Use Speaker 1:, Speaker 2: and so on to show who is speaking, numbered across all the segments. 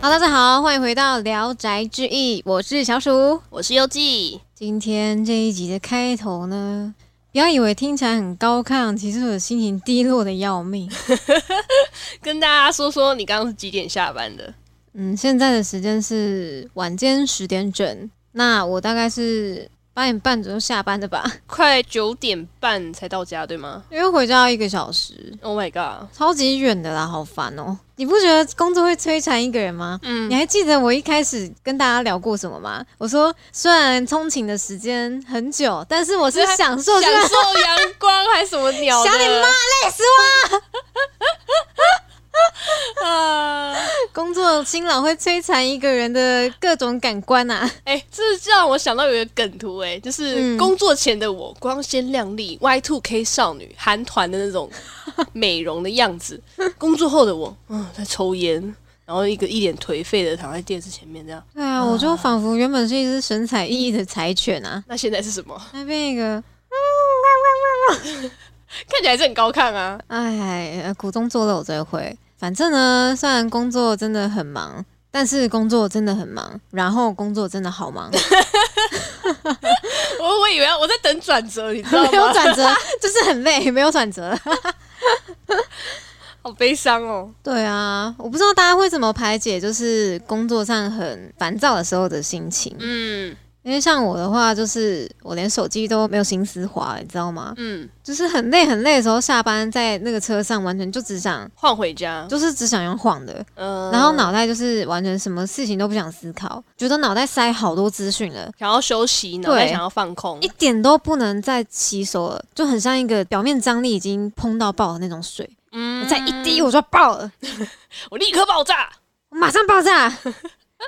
Speaker 1: 好，大家好，欢迎回到《聊斋志异》，我是小鼠。
Speaker 2: 我是优记，
Speaker 1: 今天这一集的开头呢，不要以为听起来很高亢，其实我的心情低落的要命。
Speaker 2: 跟大家说说你刚刚是几点下班的？
Speaker 1: 嗯，现在的时间是晚间十点整，那我大概是八点半左右下班的吧，
Speaker 2: 快九点半才到家，对吗
Speaker 1: 因为回家要一个小时，
Speaker 2: ？Oh my god！
Speaker 1: 超级远的啦，好烦哦！你不觉得工作会摧残一个人吗？
Speaker 2: 嗯
Speaker 1: 你还记得我一开始跟大家聊过什么吗？我说虽然通勤的时间很久，但是我是享受这
Speaker 2: 享
Speaker 1: 个
Speaker 2: 受阳光还是什么鸟的？
Speaker 1: 想你妈累死
Speaker 2: 啊！
Speaker 1: 我！工作辛劳会摧残一个人的各种感官啊！
Speaker 2: 哎、这这让我想到有一个梗图、哎，就是
Speaker 1: 嗯
Speaker 2: 工作前的我，光鲜亮丽，Y two K 少女，韩团的那种美容的样 子；工作后的我，嗯，在抽烟，然后一个一脸颓废的躺在电视前面这样。
Speaker 1: 对啊，我就仿佛原本是一只神采奕奕的柴犬啊，
Speaker 2: 那现在是什么？
Speaker 1: 那边一个
Speaker 2: 看起来还是很高亢啊。
Speaker 1: 哎，呃苦中作乐我这回。反正呢，虽然工作真的很忙，但是工作真的很忙，然后工作真的好 忙，
Speaker 2: 我我以为我在等转折，你知道吗？
Speaker 1: 没有转折，就是很累，没有转折。
Speaker 2: 好悲伤哦。
Speaker 1: 对啊，我不知道大家会怎么排解，就是工作上很烦躁的时候的心情。
Speaker 2: 嗯
Speaker 1: 因为像我的话，就是我连手机都没有心思滑，你知道吗？
Speaker 2: 嗯，
Speaker 1: 就是很累很累的时候，下班在那个车上，完全就只想，
Speaker 2: 换回家，
Speaker 1: 就是只想用晃的，
Speaker 2: 嗯、
Speaker 1: 然后脑袋就是完全什么事情都不想思考，觉得脑袋塞好多资讯了。
Speaker 2: 想要休息，脑袋
Speaker 1: 对
Speaker 2: 想要放空
Speaker 1: 一。点都不能再吸收了，就很像一个表面张力已经碰到爆的那种水，
Speaker 2: 嗯
Speaker 1: 我再一滴我就要爆了，
Speaker 2: 我立刻爆炸。
Speaker 1: 我马上爆 炸，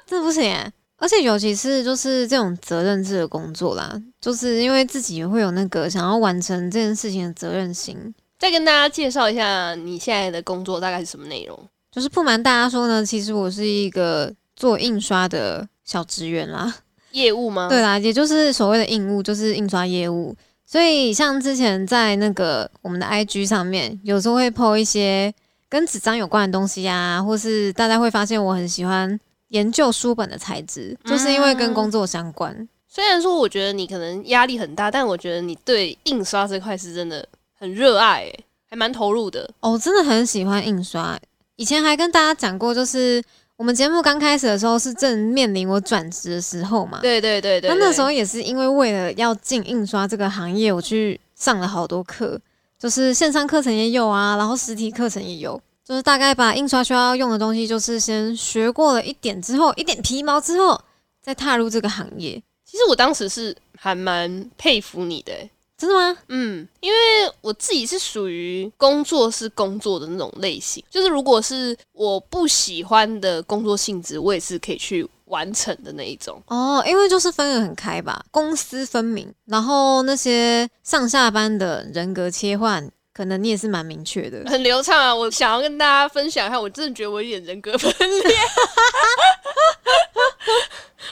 Speaker 1: 这不行欸、而且尤其是就是这种责任制的工作啦，就是因为自己会有那个想要完成这件事情的责任心。
Speaker 2: 再跟大家介绍一下你现在的工作大概是什么内容。
Speaker 1: 就是不瞒大家说呢，其实我是一个做印刷的小职员啦。
Speaker 2: 业务吗？
Speaker 1: 对，啦，也就是所谓的印务，就是印刷业务。所以像之前在那个我们的 IG 上面，有时候会 PO 一些跟纸张有关的东西啊，或是大家会发现我很喜欢研究书本的材质，就是因为跟工作相关。
Speaker 2: 虽然说我觉得你可能压力很大，但我觉得你对印刷这块是真的很热爱、欸，还蛮投入的。
Speaker 1: 哦，我真的很喜欢印刷。以前还跟大家讲过，就是我们节目刚开始的时候是正面临我转职的时候嘛。
Speaker 2: 对对对对
Speaker 1: 啊那
Speaker 2: 对
Speaker 1: 那时候也是因为为了要进印刷这个行业，我去上了好多课，就是线上课程也有啊，然后实体课程也有，就是大概把印刷需要用的东西，就是先学过了一点之后，一点皮毛之后，再踏入这个行业。
Speaker 2: 其实我当时是还蛮佩服你的、欸
Speaker 1: 真的吗？
Speaker 2: 嗯，因为我自己是属于工作是工作的那种类型，就是如果是我不喜欢的工作性质，我也是可以去完成的那一种。
Speaker 1: 哦，因为就是分得很开吧，公私分明，然后那些上下班的人格切换，可能你也是蛮明确的。
Speaker 2: 很流畅啊！我想要跟大家分享一下，我真的觉得我有点人格分裂，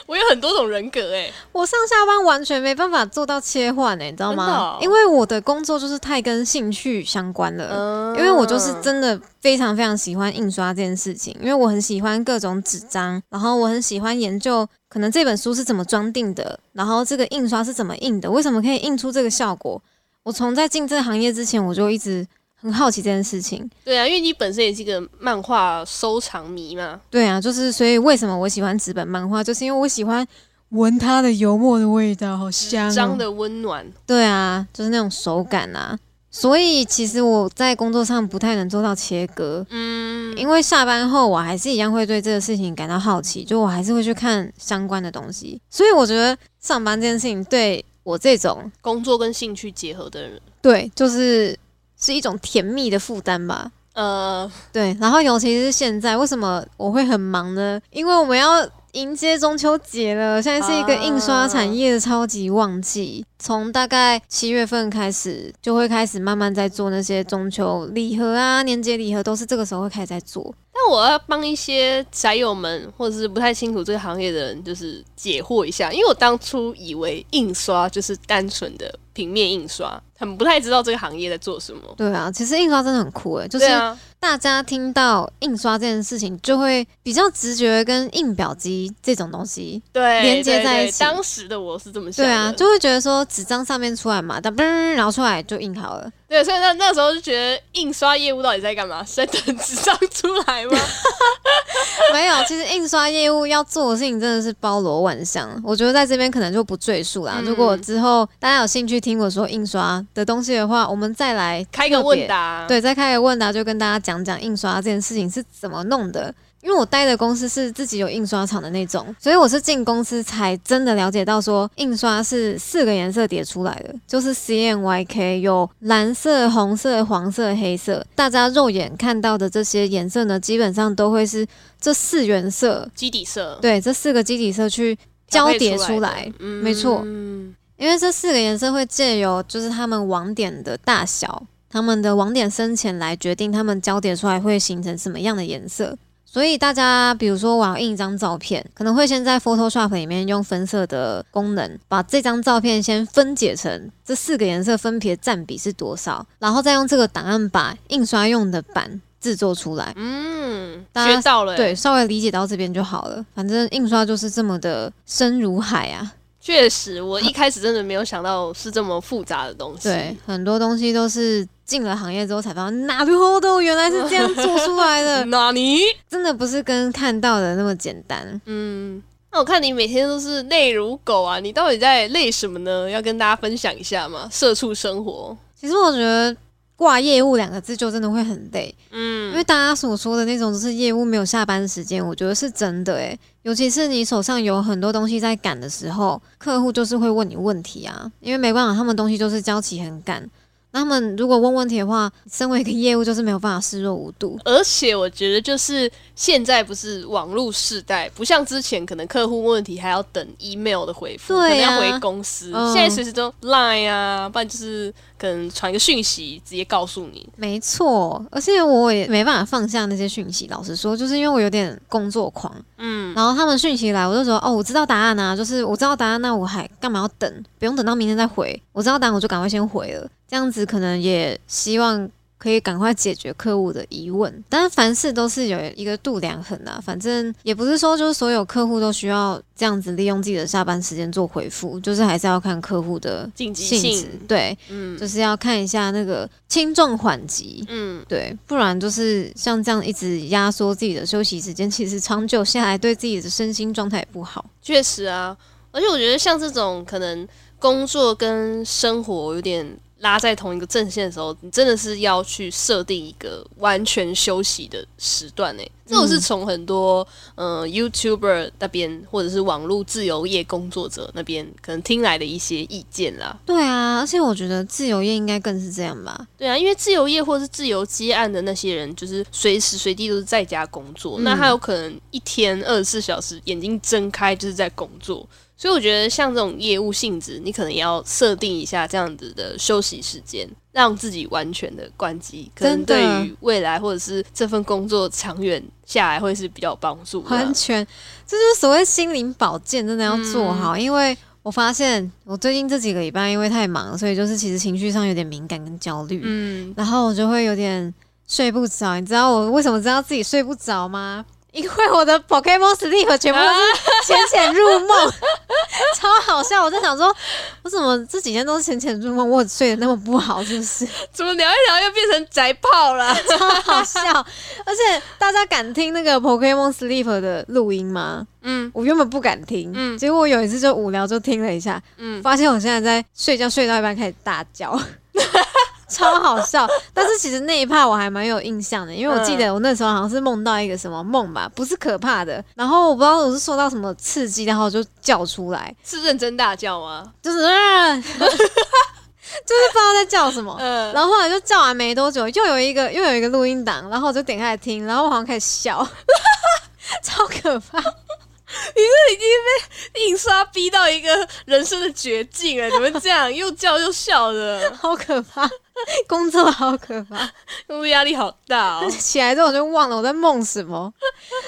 Speaker 2: 我有很多种人格哎、
Speaker 1: 我上下班完全没办法做到切换欸诶、你知道
Speaker 2: 真的
Speaker 1: 吗？
Speaker 2: 哦
Speaker 1: 因为我的工作就是太跟兴趣相关了。
Speaker 2: 嗯
Speaker 1: 因为我就是真的非常非常喜欢印刷这件事情，因为我很喜欢各种纸张，然后我很喜欢研究可能这本书是怎么装订的，然后这个印刷是怎么印的，为什么可以印出这个效果。我从在进这个行业之前，我就一直很好奇这件事情。
Speaker 2: 对啊，因为你本身也是一个漫画收藏迷嘛，
Speaker 1: 对啊，就是所以为什么我喜欢纸本漫画，就是因为我喜欢闻它的油墨的味道，好香、哦
Speaker 2: 张。的温暖，
Speaker 1: 对啊，就是那种手感啊。所以其实我在工作上不太能做到切割，
Speaker 2: 嗯，
Speaker 1: 因为下班后我还是一样会对这个事情感到好奇，就我还是会去看相关的东西，所以我觉得上班这件事情对我这种
Speaker 2: 工作跟兴趣结合的人，
Speaker 1: 对就是是一种甜蜜的负担吧。
Speaker 2: 呃，
Speaker 1: 对，然后尤其是现在，为什么我会很忙呢？因为我们要迎接中秋节了，现在是一个印刷
Speaker 2: 啊
Speaker 1: 产业的超级旺季，从大概七月份开始就会开始慢慢在做那些中秋礼盒啊、年节礼盒，都是这个时候会开始在做。
Speaker 2: 那我要帮一些宅友们，或者是不太清楚这个行业的人，就是解惑一下，因为我当初以为印刷就是单纯的平面印刷，他们不太知道这个行业在做什么。
Speaker 1: 对啊，其实印刷真的很酷诶，就是
Speaker 2: 对啊，
Speaker 1: 大家听到印刷这件事情，就会比较直觉跟印表机这种东西，
Speaker 2: 对，
Speaker 1: 连接
Speaker 2: 对
Speaker 1: 在
Speaker 2: 对
Speaker 1: 一起
Speaker 2: 当时的我是这么想
Speaker 1: 对
Speaker 2: 的，
Speaker 1: 啊，就会觉得说纸张上面出来嘛，但嘣，然后出来就印好了。
Speaker 2: 对，所以那那时候就觉得印刷业务到底在干嘛？是在等纸张出来吗？
Speaker 1: 没有，其实印刷业务要做的事情真的是包罗万象，我觉得在这边可能就不赘述啦。
Speaker 2: 嗯
Speaker 1: 如果之后大家有兴趣听我说印刷的东西的话，我们再来
Speaker 2: 开个问答，，
Speaker 1: 对，再开个问答，就跟大家讲讲印刷这件事情是怎么弄的。因为我待的公司是自己有印刷厂的那种，所以我是进公司才真的了解到说，印刷是四个颜色叠出来的，就是 C N Y K 有蓝色、红色、黄色、黑色。大家肉眼看到的这些颜色呢，基本上都会是这四原色，
Speaker 2: 基底色
Speaker 1: 对，这四个基底色去交
Speaker 2: 调配
Speaker 1: 叠
Speaker 2: 出
Speaker 1: 出
Speaker 2: 来
Speaker 1: 来。
Speaker 2: 的，嗯
Speaker 1: 没错
Speaker 2: 嗯
Speaker 1: 因为这四个颜色会借由就是它们网点的大小、它们的网点深浅来决定它们交叠出来会形成什么样的颜色。所以大家，比如说我要印一张照片，可能会先在 Photoshop 里面用分色的功能，把这张照片先分解成这四个颜色分别占比是多少，然后再用这个档案把印刷用的版制作出来。
Speaker 2: 嗯，
Speaker 1: 大家
Speaker 2: 学到了、欸，
Speaker 1: 对，，稍微理解到这边就好了。反正印刷就是这么的深如海啊。
Speaker 2: 确实，我一开始真的没有想到是这么复杂的东西，
Speaker 1: 对，，很多东西都是进了行业之后才发现，哪里好都原来是这样做出来 的，
Speaker 2: 纳尼？
Speaker 1: 真的不是跟看到的那么简单。
Speaker 2: 嗯，那我看你每天都是累如狗啊，你到底在累什么呢？要跟大家分享一下吗？社畜生活，
Speaker 1: 其实我觉得挂业务两个字就真的会很累，因
Speaker 2: 嗯，
Speaker 1: 为大家所说的那种就是业务没有下班时间，我觉得是真的诶、尤其是你手上有很多东西在赶的时候，客户就是会问你问题啊，因为没办法，他们东西就是交期很赶。那他们如果问问题的话，身为一个业务就是没有办法视若无睹。
Speaker 2: 而且我觉得就是现在不是网络时代，不像之前可能客户问问题还要等 email 的回复，
Speaker 1: 对啊
Speaker 2: 可能要回公司，
Speaker 1: 嗯
Speaker 2: 现在随时都 line 啊，不然就是可能传个讯息直接告诉你。
Speaker 1: 没错，而且我也没办法放下那些讯息。老实说，就是因为我有点工作狂，嗯，然后他们讯息来，我就说哦，我知道答案啊，就是我知道答案，那我还干嘛要等？不用等到明天再回，我知道答案我就赶快先回了，这样子可能也希望。可以赶快解决客户的疑问，但是凡事都是有一个度量衡啊。反正也不是说就是所有客户都需要这样子利用自己的下班时间做回复，就是还是要看客户的
Speaker 2: 紧急
Speaker 1: 性质
Speaker 2: 性，
Speaker 1: 对，
Speaker 2: 嗯
Speaker 1: 就是要看一下那个轻重缓急，
Speaker 2: 嗯，
Speaker 1: 对，不然就是像这样一直压缩自己的休息时间，其实长久下来对自己的身心状态也不好。
Speaker 2: 确实啊，而且我觉得像这种可能工作跟生活有点拉在同一个阵线的时候，你真的是要去设定一个完全休息的时段呢、欸这我是从很多嗯、呃 YouTuber 那边或者是网络自由业工作者那边可能听来的一些意见啦。
Speaker 1: 对啊，而且我觉得自由业应该更是这样吧。
Speaker 2: 对啊，因为自由业或是自由接案的那些人，就是随时随地都是在家工作，
Speaker 1: 嗯
Speaker 2: 那他有可能一天二十四小时眼睛睁开就是在工作，所以我觉得像这种业务性质，你可能也要设定一下这样子的休息时间，让自己完全的关机，可能
Speaker 1: 真的
Speaker 2: 对于未来或者是这份工作长远下来会是比较有帮助的啊。
Speaker 1: 完全，这就是所谓心灵保健，真的要做
Speaker 2: 嗯
Speaker 1: 好。因为我发现我最近这几个礼拜因为太忙，所以就是其实情绪上有点敏感跟焦虑，
Speaker 2: 嗯，
Speaker 1: 然后我就会有点睡不着。你知道我为什么知道自己睡不着吗？因为我的 Pokemon Sleep 全部都是浅浅入梦， 超好笑。我在想说，我怎么这几天都是浅浅入梦？我睡得那么不好，是不是？
Speaker 2: 怎么聊一聊又变成宅炮啦？
Speaker 1: 超好笑。而且大家敢听那个 Pokemon Sleep 的录音吗？
Speaker 2: 嗯
Speaker 1: 我原本不敢听，
Speaker 2: 嗯
Speaker 1: 结果我有一次就无聊就听了一下，
Speaker 2: 嗯，
Speaker 1: 发现我现在在睡觉睡到一半开始大 叫。超好笑，但是其实那一趴我还蛮有印象的，因为我
Speaker 2: 嗯
Speaker 1: 记得我那时候好像是梦到一个什么梦吧，不是可怕的，然后我不知道我是受到什么刺激，然后我就叫出来，
Speaker 2: 是认真大 叫吗？
Speaker 1: 就是、啊就是不知道在叫什么，
Speaker 2: 嗯、
Speaker 1: 然后后来就叫完没多久，又有一个又有一个录音档，然后我就点开来听，然后我好像开始笑， 超可怕。
Speaker 2: 印刷逼到一个人生的绝境啊了，怎么这样又叫又笑的？
Speaker 1: 好可怕，工作好可怕。
Speaker 2: 会不 会压力好大哦？
Speaker 1: 起来之后我就忘了我在梦什么，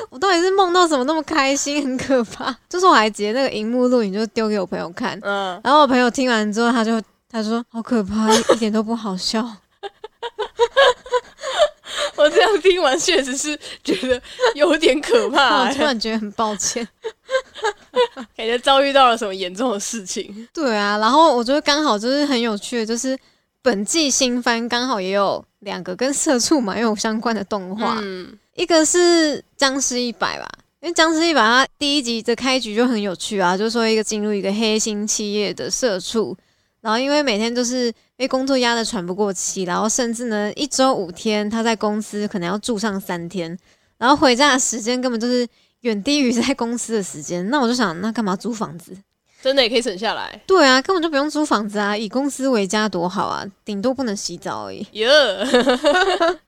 Speaker 1: 我到底是梦到什么那么开心，很可怕。就是我还截那个荧幕录影，就丢给我朋友看，
Speaker 2: 嗯，
Speaker 1: 然后我朋友听完之后，他就他说好可怕，一点都不好笑。
Speaker 2: 我这样听完确实是觉得有点可 怕、哎
Speaker 1: 我突然觉得很抱歉。
Speaker 2: 感觉遭遇到了什么严重的事情。
Speaker 1: 对啊，然后我觉得刚好就是很有趣的，就是本季新番刚好也有两个跟社畜嘛也有相关的动画，
Speaker 2: 嗯，
Speaker 1: 一个是《僵尸一百》吧。因为《僵尸一百》它第一集的开局就很有趣啊，就说一个进入一个黑心企业的社畜，然后因为每天就是被工作压得喘不过气，然后甚至呢一周五天他在公司可能要住上三天，然后回家的时间根本就是远低于在公司的时间。那我就想，那干嘛租房子？
Speaker 2: 真的也可以省下来。
Speaker 1: 对啊，根本就不用租房子啊，以公司为家多好啊，顶多不能洗澡而已。
Speaker 2: 耶、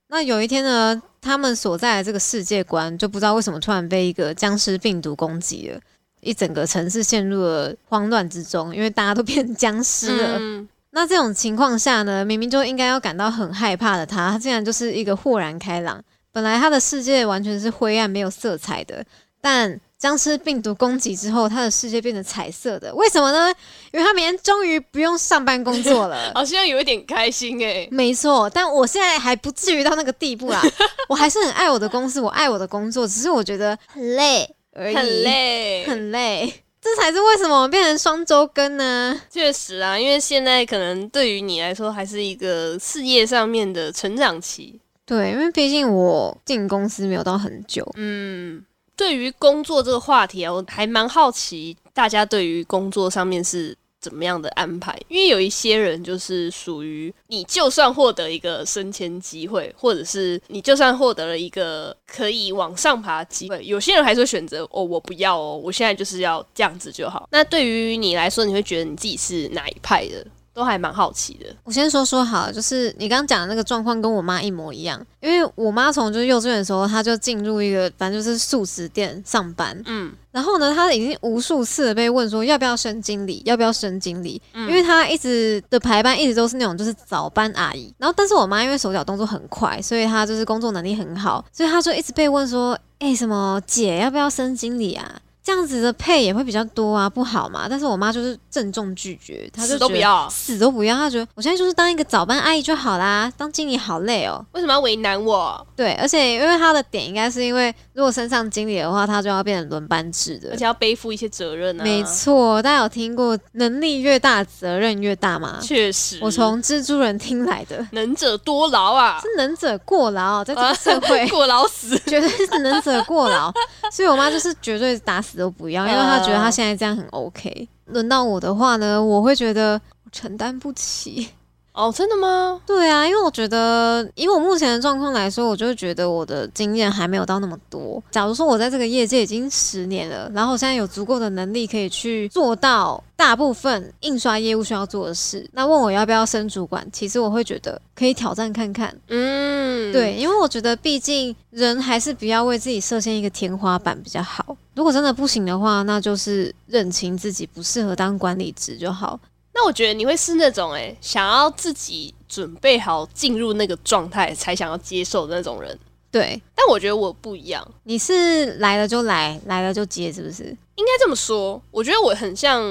Speaker 1: 那有一天呢，他们所在的这个世界观就不知道为什么突然被一个僵尸病毒攻击了，一整个城市陷入了慌乱之中，因为大家都变僵尸了。
Speaker 2: 嗯，
Speaker 1: 那这种情况下呢，明明就应该要感到很害怕的他，他竟然就是一个豁然开朗。本来他的世界完全是灰暗、没有色彩的，但僵尸病毒攻击之后，他的世界变得彩色的。为什么呢？因为他明天终于不用上班工作 了。
Speaker 2: 好像有一点开心哎、
Speaker 1: 没错，但我现在还不至于到那个地步 啦，我还是很爱我的公司，我爱我的工作，只是我觉得很累而已，
Speaker 2: 很，累，
Speaker 1: 很累。这才是为什么我变成双周更呢？
Speaker 2: 确实啊，因为现在可能对于你来说还是一个事业上面的成长期。
Speaker 1: 对，因为毕竟我进公司没有到很久，
Speaker 2: 嗯，对于工作这个话题啊，我还蛮好奇大家对于工作上面是怎么样的安排，因为有一些人就是属于你就算获得一个升迁机会，或者是你就算获得了一个可以往上爬的机会，有些人还是会选择哦，我不要哦，我现在就是要这样子就好。那对于你来说，你会觉得你自己是哪一派的？都还蛮好奇的。
Speaker 1: 我先说说好了，就是你刚刚讲的那个状况跟我妈一模一样，因为我妈从就是幼稚园的时候，她就进入一个反正就是素食店上班，
Speaker 2: 嗯，
Speaker 1: 然后呢，她已经无数次的被问说要不要升经理，要不要升经理，
Speaker 2: 嗯
Speaker 1: 因为她一直的排班一直都是那种就是早班阿姨，然后但是我妈因为手脚动作很快，所以她就是工作能力很好，所以她就一直被问说，哎、什么姐要不要升经理啊？这样子的配也会比较多啊，不好嘛？但是我妈就是郑重拒绝，她就
Speaker 2: 死
Speaker 1: 觉
Speaker 2: 都不
Speaker 1: 得
Speaker 2: 要，啊
Speaker 1: 死都不要。他觉得我现在就是当一个早班阿姨就好啦，当经理好累哦。
Speaker 2: 为什么要为难我？
Speaker 1: 对，而且因为他的点应该是因为如果升上经理的话，他就要变成轮班制的
Speaker 2: 而。且要背负一些责任啊。
Speaker 1: 没，错，大家有听过能力越大责任越大吗？
Speaker 2: 确实，
Speaker 1: 我从蜘蛛人听来的，
Speaker 2: 能者多劳啊，
Speaker 1: 是能者过劳，哦在这个社会
Speaker 2: 过劳死。
Speaker 1: 绝对是能者过劳，所以我妈就是绝对打死都不要，因为她觉得她现在这样很 OK。轮到我的话呢，我会觉得我承担不起。
Speaker 2: 哦，真的吗？
Speaker 1: 对啊，因为我觉得，以我目前的状况来说，我就会觉得我的经验还没有到那么多。假如说我在这个业界已经十年了，然后我现在有足够的能力可以去做到大部分印刷业务需要做的事，那问我要不要升主管，其实我会觉得可以挑战看看。
Speaker 2: 嗯，
Speaker 1: 对，因为我觉得毕竟人还是不要为自己设限一个天花板比较好。如果真的不行的话，那就是认清自己不适合当管理职就好。
Speaker 2: 那我觉得你会是那种哎、想要自己准备好进入那个状态才想要接受的那种人。
Speaker 1: 对，
Speaker 2: 但我觉得我不一样，
Speaker 1: 你是来了就来，来了就接，是不是？
Speaker 2: 应该这么说。我觉得我很像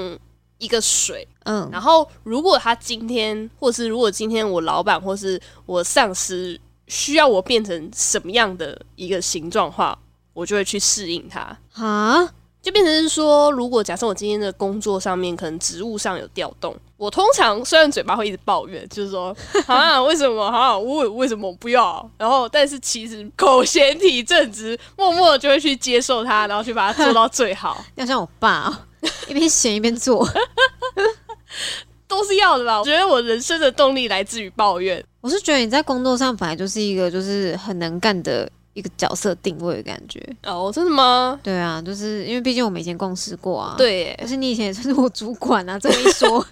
Speaker 2: 一个水，
Speaker 1: 嗯，
Speaker 2: 然后如果他今天，或是如果今天我老板或是我上司需要我变成什么样的一个形状的话，我就会去适应他。
Speaker 1: 啊，
Speaker 2: 就变成是说，如果假设我今天的工作上面可能职务上有调动，我通常虽然嘴巴会一直抱怨，就是 说啊为什么啊我为什么不要，然后但是其实口嫌体正直，默默地就会去接受它，然后去把它做到最 好，
Speaker 1: 要像我爸、 哦，一边闲一边做。
Speaker 2: 都是要的吧。我觉得我人生的动力来自于抱怨，
Speaker 1: 我是觉得你在工作上本来就是一个就是很能干的一个角色定位的感觉。
Speaker 2: 哦，真的吗？
Speaker 1: 对啊，就是因为毕竟我们以前共事过啊。。
Speaker 2: 对耶，
Speaker 1: 而且你以前也算是我主管啊，这么一说，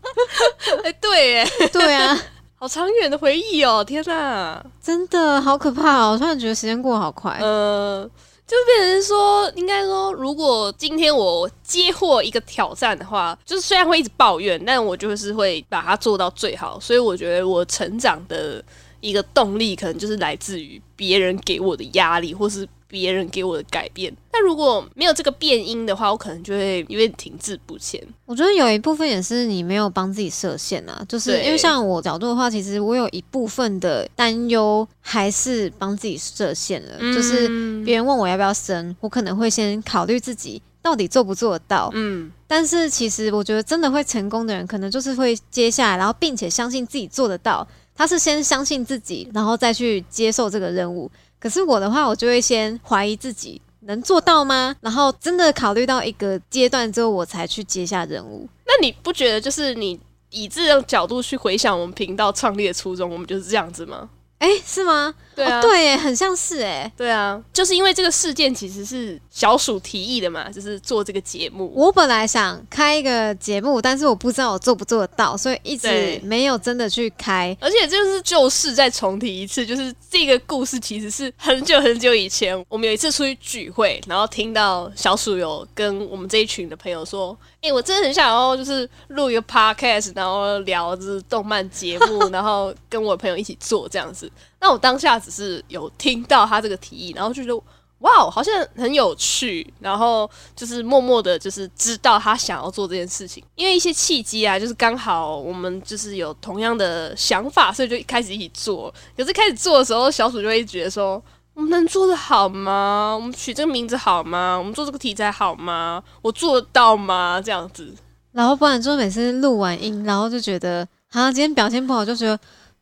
Speaker 2: 哎，对耶，
Speaker 1: 对啊，
Speaker 2: 好长远的回忆哦，天哪！
Speaker 1: 真的好可怕哦！我突然觉得时间过得好快。
Speaker 2: 呃，就变成说，应该说，如果今天我接获一个挑战的话，就是虽然会一直抱怨，但我就是会把它做到最好。所以我觉得我成长的一个动力，可能就是来自于别人给我的压力，或是别人给我的改变。那如果没有这个变音的话，我可能就会有点停滞不前。
Speaker 1: 我觉得有一部分也是你没有帮自己设限啊，就是
Speaker 2: 对
Speaker 1: 因为像我角度的话，其实我有一部分的担忧还是帮自己设限了，就是
Speaker 2: 嗯
Speaker 1: 别人问我要不要生，我可能会先考虑自己到底做不做得到。
Speaker 2: 嗯，
Speaker 1: 但是其实我觉得真的会成功的人，可能就是会接下来，然后并且相信自己做得到。他是先相信自己，然后再去接受这个任务。可是我的话，我就会先怀疑自己能做到吗？然后真的考虑到一个阶段之后，我才去接下任务。
Speaker 2: 那你不觉得就是你以这种角度去回想我们频道创立的初衷，我们就是这样子吗？
Speaker 1: 哎、是吗？
Speaker 2: 对啊，
Speaker 1: 哦、对耶，很像是哎。
Speaker 2: 对啊，就是因为这个事件其实是小鼠提议的嘛，就是做这个节目。
Speaker 1: 我本来想开一个节目，但是我不知道我做不做得到，所以一直
Speaker 2: 对
Speaker 1: 没有真的去开。
Speaker 2: 而且就是旧事再重提一次，就是这个故事其实是很久很久以前，我们有一次出去聚会，然后听到小鼠有跟我们这一群的朋友说：“哎、我真的很想要就是录一个 podcast，然后聊就是动漫节目， 然后跟我朋友一起做这样子。”那我当下只是有听到他这个提议，然后就觉得哇，好像很有趣，然后就是默默的，就是知道他想要做这件事情，因为一些契机啊，就是刚好我们就是有同样的想法，所以就开始一起做。可是开始做的时候，小鼠就会觉得说。我们能做的好吗？我们取这个名字好吗？我们做这个题材好吗？我做得到吗？这样子，
Speaker 1: 然后不然就是每次录完音，然后就觉得啊，今天表现不好，就觉得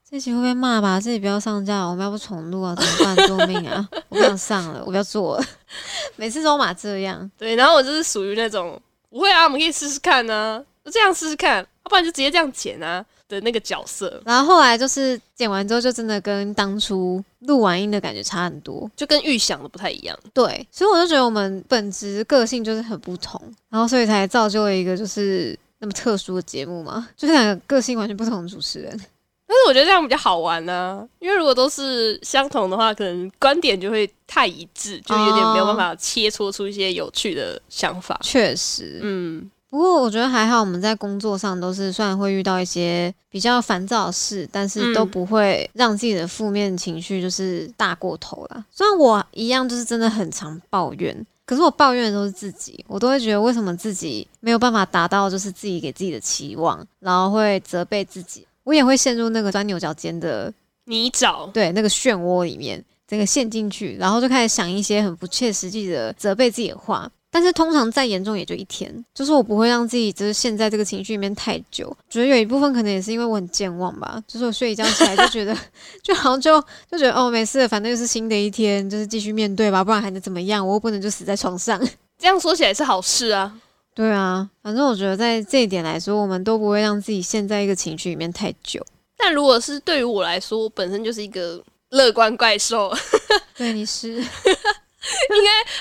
Speaker 1: 这集会被骂吧，这集不要上架，我们要不重录啊，怎么办？救命啊！我不想上了，我不要做了。每次都嘛这样，
Speaker 2: 对，然后我就是属于那种不会啊，我们可以试试看呢、就这样试试看，要不然就直接这样剪啊的那个角色，
Speaker 1: 然后后来就是剪完之后，就真的跟当初录完音的感觉差很多。
Speaker 2: 就跟预想的不太一样。
Speaker 1: 对，所以我就觉得我们本质个性就是很不同，然后所以才造就了一个就是那么特殊的节目嘛，就是两个个性完全不同的主持人。
Speaker 2: 但是我觉得这样比较好玩呢、因为如果都是相同的话，可能观点就会太一致，就有点没有办法切磋出一些有趣的想法。
Speaker 1: 确实，
Speaker 2: 嗯，
Speaker 1: 不过我觉得还好，我们在工作上都是虽然会遇到一些比较烦躁的事，但是
Speaker 2: 嗯
Speaker 1: 都不会让自己的负面情绪就是大过头啦。虽然我一样就是真的很常抱怨，可是我抱怨的都是自己，我都会觉得为什么自己没有办法达到就是自己给自己的期望，然后会责备自己，我也会陷入那个钻牛角尖的
Speaker 2: 你找
Speaker 1: 对那个漩涡里面，整个陷进去，然后就开始想一些很不切实际的责备自己的话。但是通常再严重也就一天，就是我不会让自己就是陷在这个情绪里面太久。觉得有一部分可能也是因为我很健忘吧，就是我睡一觉起来就觉得， 就好像就就觉得哦没事了，反正又是新的一天，就是继续面对吧，不然还能怎么样？我又不能就死在床上。
Speaker 2: 这样说起来是好事啊。
Speaker 1: 对啊，反正我觉得在这一点来说，我们都不会让自己陷在一个情绪里面太久。
Speaker 2: 但如果是对于我来说，我本身就是一个乐观怪兽，
Speaker 1: 对，你是。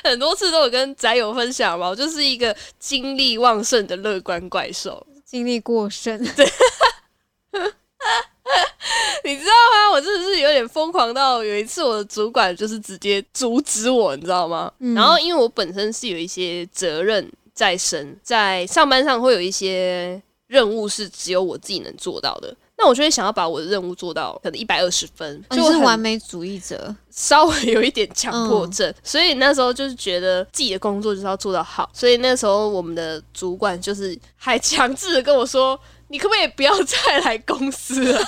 Speaker 2: 很多次都有跟宅友分享嘛，我就是一个精力旺盛的乐观怪兽。
Speaker 1: 精力过剩，
Speaker 2: 你知道吗？我真的是有点疯狂到有一次，我的主管就是直接阻止我，你知道吗？
Speaker 1: 嗯
Speaker 2: 然后因为我本身是有一些责任在身，在上班上会有一些任务是只有我自己能做到的。那我就会想要把我的任务做到可能一百二十分，
Speaker 1: 就
Speaker 2: 就我
Speaker 1: 哦是
Speaker 2: 很
Speaker 1: 完嗯美主义者。
Speaker 2: 稍微有一点强迫症，所以那时候就是觉得自己的工作就是要做到好，所以那时候我们的主管就是还强制的跟我说：“你可不可以不要再来公司了？”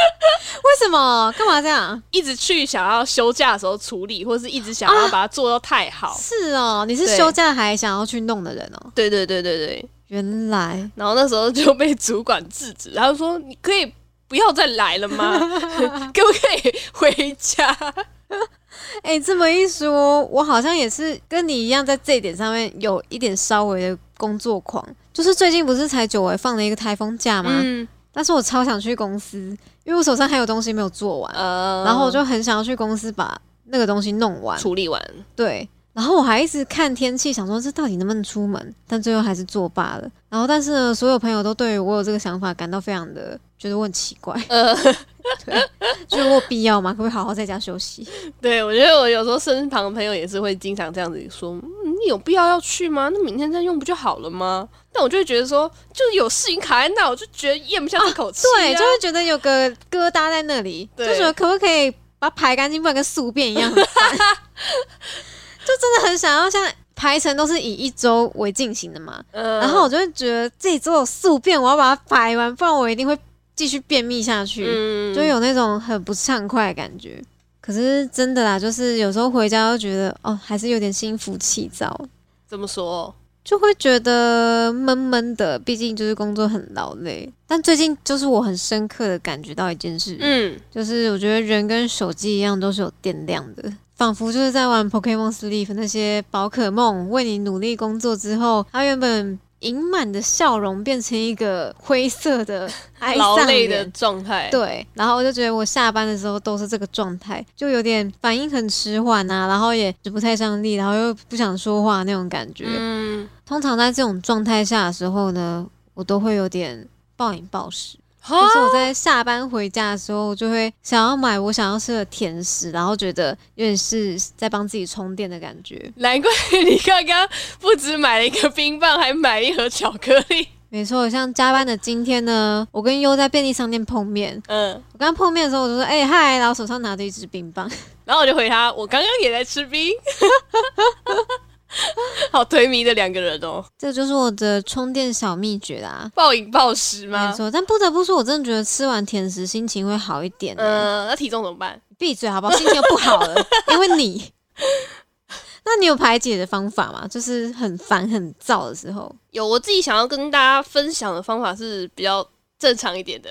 Speaker 1: 为什么？干嘛这样？
Speaker 2: 一直去想要休假的时候处理，或是一直想要把它做到太好。
Speaker 1: 是哦，你是
Speaker 2: 对
Speaker 1: 休假还想要去弄的人哦。
Speaker 2: 对对对对对，
Speaker 1: 原来
Speaker 2: 然后那时候就被主管制止，然后说：“你可以不要再来了 吗？可不可以回家
Speaker 1: 哎、这么一说，我好像也是跟你一样，在这一点上面有一点稍微的工作狂。就是最近不是才久违放了一个台风假？”吗？
Speaker 2: 嗯，
Speaker 1: 但是我超想去公司，因为我手上还有东西没有做完，
Speaker 2: 呃
Speaker 1: 然后我就很想要去公司把那个东西弄完。
Speaker 2: 处理完。
Speaker 1: 对，然后我还一直看天气，想说这到底能不能出门，但最后还是作罢了。然后，但是呢，所有朋友都对于我有这个想法感到非常的觉得我很奇怪，
Speaker 2: 呃，
Speaker 1: 就是我有必要吗？可不可以好好在家休息？
Speaker 2: 对，我觉得我有时候身旁的朋友也是会经常这样子说：“嗯你有必要要去吗？那明天再用不就好了吗？”但我就会觉得说，就是有事情卡在那，我就觉得咽不下这口气、啊
Speaker 1: 对，就会觉得有个疙瘩在那里，就
Speaker 2: 对
Speaker 1: 觉得可不可以把它排干净，不然跟宿便一样很烦。真的很想要像排程都是以一周为进行的嘛，
Speaker 2: 嗯
Speaker 1: 然后我就会觉得自己只有四五遍，我要把它排完，不然我一定会继续便秘下去。
Speaker 2: 嗯
Speaker 1: 就有那种很不畅快的感觉。可是真的啦，就是有时候回家就觉得哦，还是有点心浮气躁，
Speaker 2: 怎么说？
Speaker 1: 就会觉得闷闷的。毕竟就是工作很劳累。但最近就是我很深刻的感觉到一件事，
Speaker 2: 嗯，
Speaker 1: 就是我觉得人跟手机一样都是有电量的，仿佛就是在玩 Pokemon Sleep 那些宝可梦为你努力工作之后，它原本盈满的笑容变成一个灰色的 哀
Speaker 2: 劳
Speaker 1: 丧
Speaker 2: 累
Speaker 1: 脸
Speaker 2: 的状态，
Speaker 1: 对，然后我就觉得我下班的时候都是这个状态，就有点反应很迟缓啊，然后也不太上力，然后又不想说话那种感觉。
Speaker 2: 嗯，
Speaker 1: 通常在这种状态下的时候呢，我都会有点暴饮暴食。
Speaker 2: 啊
Speaker 1: 就是我在下班回家的时候，我就会想要买我想要吃的甜食，然后觉得有点是在帮自己充电的感觉。
Speaker 2: 难怪你刚刚不止买了一个冰棒，还买了一盒巧克力。
Speaker 1: 没错，像加班的今天呢，我跟优在便利商店碰面。
Speaker 2: 嗯，
Speaker 1: 我刚碰面的时候，我就说：“哎、嗨！”然后手上拿着一支冰棒。
Speaker 2: 然后我就回他，我刚刚也在吃冰。 好颓靡的两个人哦，
Speaker 1: 这就是我的充电小秘诀啦。
Speaker 2: 暴饮暴食吗
Speaker 1: 没？错，但不得不说，我真的觉得吃完甜食心情会好一点、欸。
Speaker 2: 嗯，那体重怎么办？
Speaker 1: 闭、嘴好不好？心情又不好了，因为你。那你有排解的方法吗？就是很烦很燥的时候，
Speaker 2: 有我自己想要跟大家分享的方法是比较正常一点的，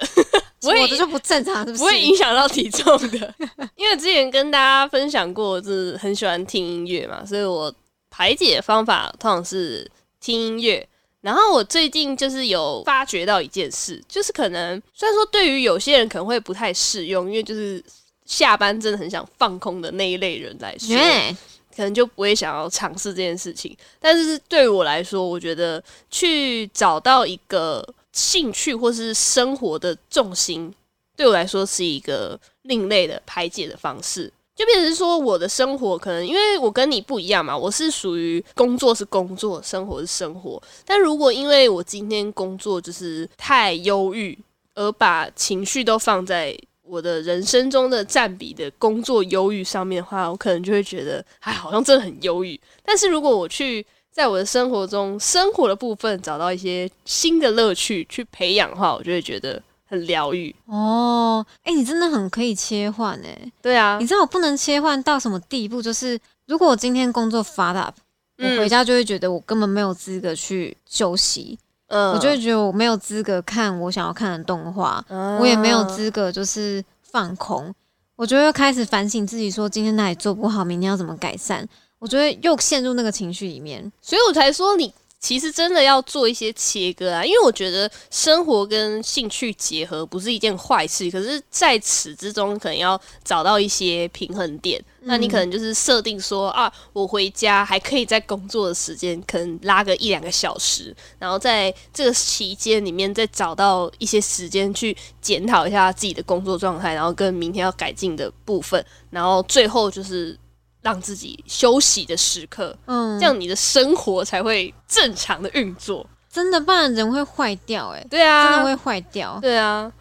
Speaker 2: 不会
Speaker 1: 我的就不正常，是不是？
Speaker 2: 不会影响到体重的。 因为之前跟大家分享过，我是很喜欢听音乐嘛，所以我排解方法通常是听音乐。然后我最近就是有发觉到一件事，就是可能虽然说对于有些人可能会不太适用，因为就是下班真的很想放空的那一类人来说，
Speaker 1: 哎，
Speaker 2: 可能就不会想要尝试这件事情。但是对我来说，我觉得去找到一个兴趣或是生活的重心，对我来说是一个另类的排解的方式。就变成是说，我的生活可能因为我跟你不一样嘛，我是属于工作是工作，生活是生活。但如果因为我今天工作就是太忧郁，而把情绪都放在我的人生中的占比的工作忧郁上面的话，我可能就会觉得，哎，好像真的很忧郁。但是如果我去在我的生活中生活的部分找到一些新的乐趣去培养的话，我就会觉得很疗愈。
Speaker 1: 哦，哎、你真的很可以切换哎、
Speaker 2: 对啊
Speaker 1: 你，知道我不能切换到什么地步？就是如果我今天工作发达，我
Speaker 2: 嗯
Speaker 1: 回家就会觉得我根本没有资格去休息，
Speaker 2: 嗯
Speaker 1: 我就会觉得我没有资格看我想要看的动画，
Speaker 2: 啊嗯
Speaker 1: 我也没有资格就是放空，我就会开始反省自己，说今天哪里做不好，明天要怎么改善。我就会又陷入那个情绪里面，
Speaker 2: 所以我才说你其实真的要做一些切割啊，因为我觉得生活跟兴趣结合不是一件坏事，可是在此之中可能要找到一些平衡点。那你可能就是设定说啊，我回家还可以在工作的时间，可能拉个一两个小时，然后在这个期间里面再找到一些时间去检讨一下自己的工作状态，然后跟明天要改进的部分，然后最后就是让自己休息的时刻，
Speaker 1: 嗯，
Speaker 2: 这样你的生活才会正常的运作。
Speaker 1: 真的不然人会坏掉、欸，
Speaker 2: 对
Speaker 1: 哎，真的
Speaker 2: 啊，
Speaker 1: 会坏掉。
Speaker 2: 对啊。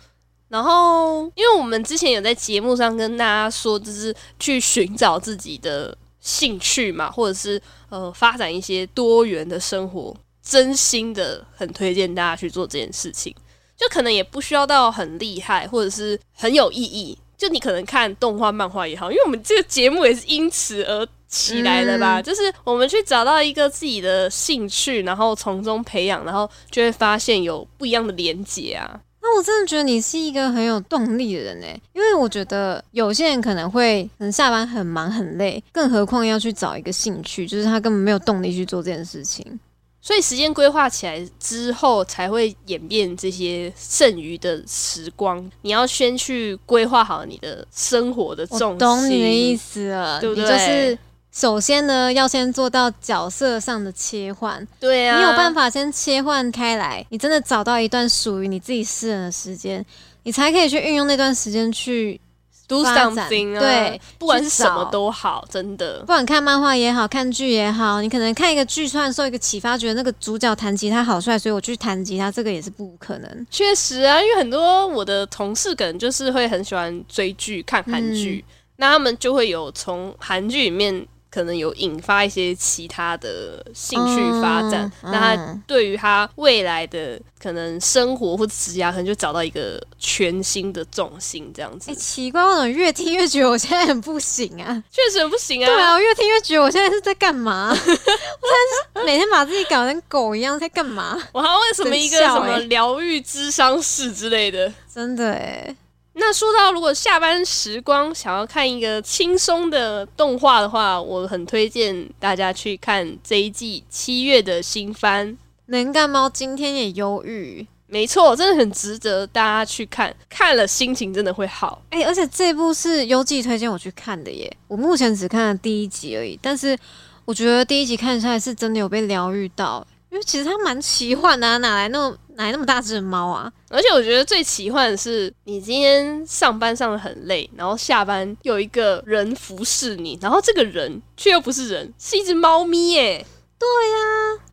Speaker 2: 然后，因为我们之前有在节目上跟大家说，就是去寻找自己的兴趣嘛，或者是呃发展一些多元的生活，真心的很推荐大家去做这件事情。就可能也不需要到很厉害，或者是很有意义。就你可能看动画、漫画也好，因为我们这个节目也是因此而起来的吧。就是我们去找到一个自己的兴趣，然后从中培养，然后就会发现有不一样的连结啊。
Speaker 1: 那我真的觉得你是一个很有动力的人哎、因为我觉得有些人可能会可能下班很忙很累，更何况要去找一个兴趣，就是他根本没有动力去做这件事情。
Speaker 2: 所以时间规划起来之后，才会演变这些剩余的时光。你要先去规划好你的生活的
Speaker 1: 我
Speaker 2: 重心。
Speaker 1: 懂你的意思了，
Speaker 2: 对不
Speaker 1: 你就
Speaker 2: 对
Speaker 1: 是首先呢，要先做到角色上的切换，
Speaker 2: 对啊，
Speaker 1: 你有办
Speaker 2: 法。
Speaker 1: 法先切换开来，你真的找到一段属于你自己私人的时间，你才可以去运用那段时间去，
Speaker 2: do
Speaker 1: 发展
Speaker 2: something 啊，
Speaker 1: 对，
Speaker 2: 不管是什么
Speaker 1: 找
Speaker 2: 都好，真的
Speaker 1: 不，管看漫画也好看剧也好，你可能看一个剧突然受一个启发，觉得那个主角弹吉他好帅，所以我去弹吉他，这个也是不可能。
Speaker 2: 确实啊，因为很多我的同事可能
Speaker 1: 嗯
Speaker 2: 就是会很喜欢追剧、看韩剧，那他们就会有从韩剧里面可能有引发一些其他的兴趣发展，
Speaker 1: 嗯
Speaker 2: 那他
Speaker 1: 嗯
Speaker 2: 对于他未来的可能生活或职涯，可能就找到一个全新的重心，这样子
Speaker 1: 哎、奇怪，我怎么越听越觉得我现在很不行啊？
Speaker 2: 确实很不行啊。
Speaker 1: 对啊，我越听越觉得我现在是在干嘛？我现在是每天把自己搞得跟狗一样，在干嘛？
Speaker 2: 我还问什么一个
Speaker 1: 很笑
Speaker 2: 什么
Speaker 1: 欸
Speaker 2: 疗愈智商室之类的。
Speaker 1: 真的哎、
Speaker 2: 那说到如果下班时光想要看一个轻松的动画的话，我很推荐大家去看这一季七月的新番。
Speaker 1: 能干猫今天也忧郁。
Speaker 2: 没错，真的很值得大家去看，看了心情真的会好。
Speaker 1: 哎、而且这部是优记推荐我去看的耶，我目前只看了第一集而已，但是我觉得第一集看下来是真的有被疗愈到，因为其实它蛮奇幻的、啊，哪来那么哪来那么大只的猫啊？
Speaker 2: 而且我觉得最奇幻的是，你今天上班上的很累，然后下班有一个人服侍你，然后这个人却又不是人，是一只猫咪耶。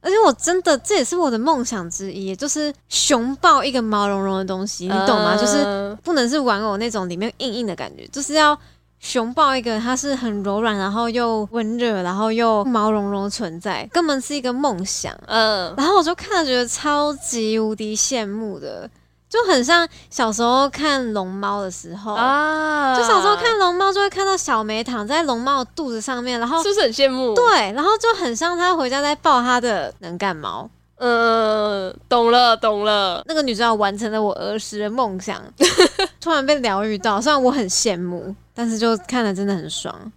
Speaker 1: 而且我真的这也是我的梦想之一，就是熊抱一个毛茸茸的东西，你懂吗？就是
Speaker 2: 嗯
Speaker 1: 不能是玩偶那种里面硬硬的感觉，就是要熊抱一个它是很柔软，然后又温热，然后又毛茸茸的存在，根本是一个梦想。
Speaker 2: 嗯，
Speaker 1: 然后我就看了觉得超级无敌羡慕的，就很像小时候看龙猫的时候。
Speaker 2: 啊，
Speaker 1: 就小时候看龙猫，就会看到小梅躺在龙猫的肚子上面，然后
Speaker 2: 是不是很羡慕？
Speaker 1: 对，然后就很像她回家在抱她的能干猫。
Speaker 2: 嗯，懂了，懂了。
Speaker 1: 那个女主角完成了我儿时的梦想，突然被疗愈到，虽然我很羡慕，但是就看了真的很爽。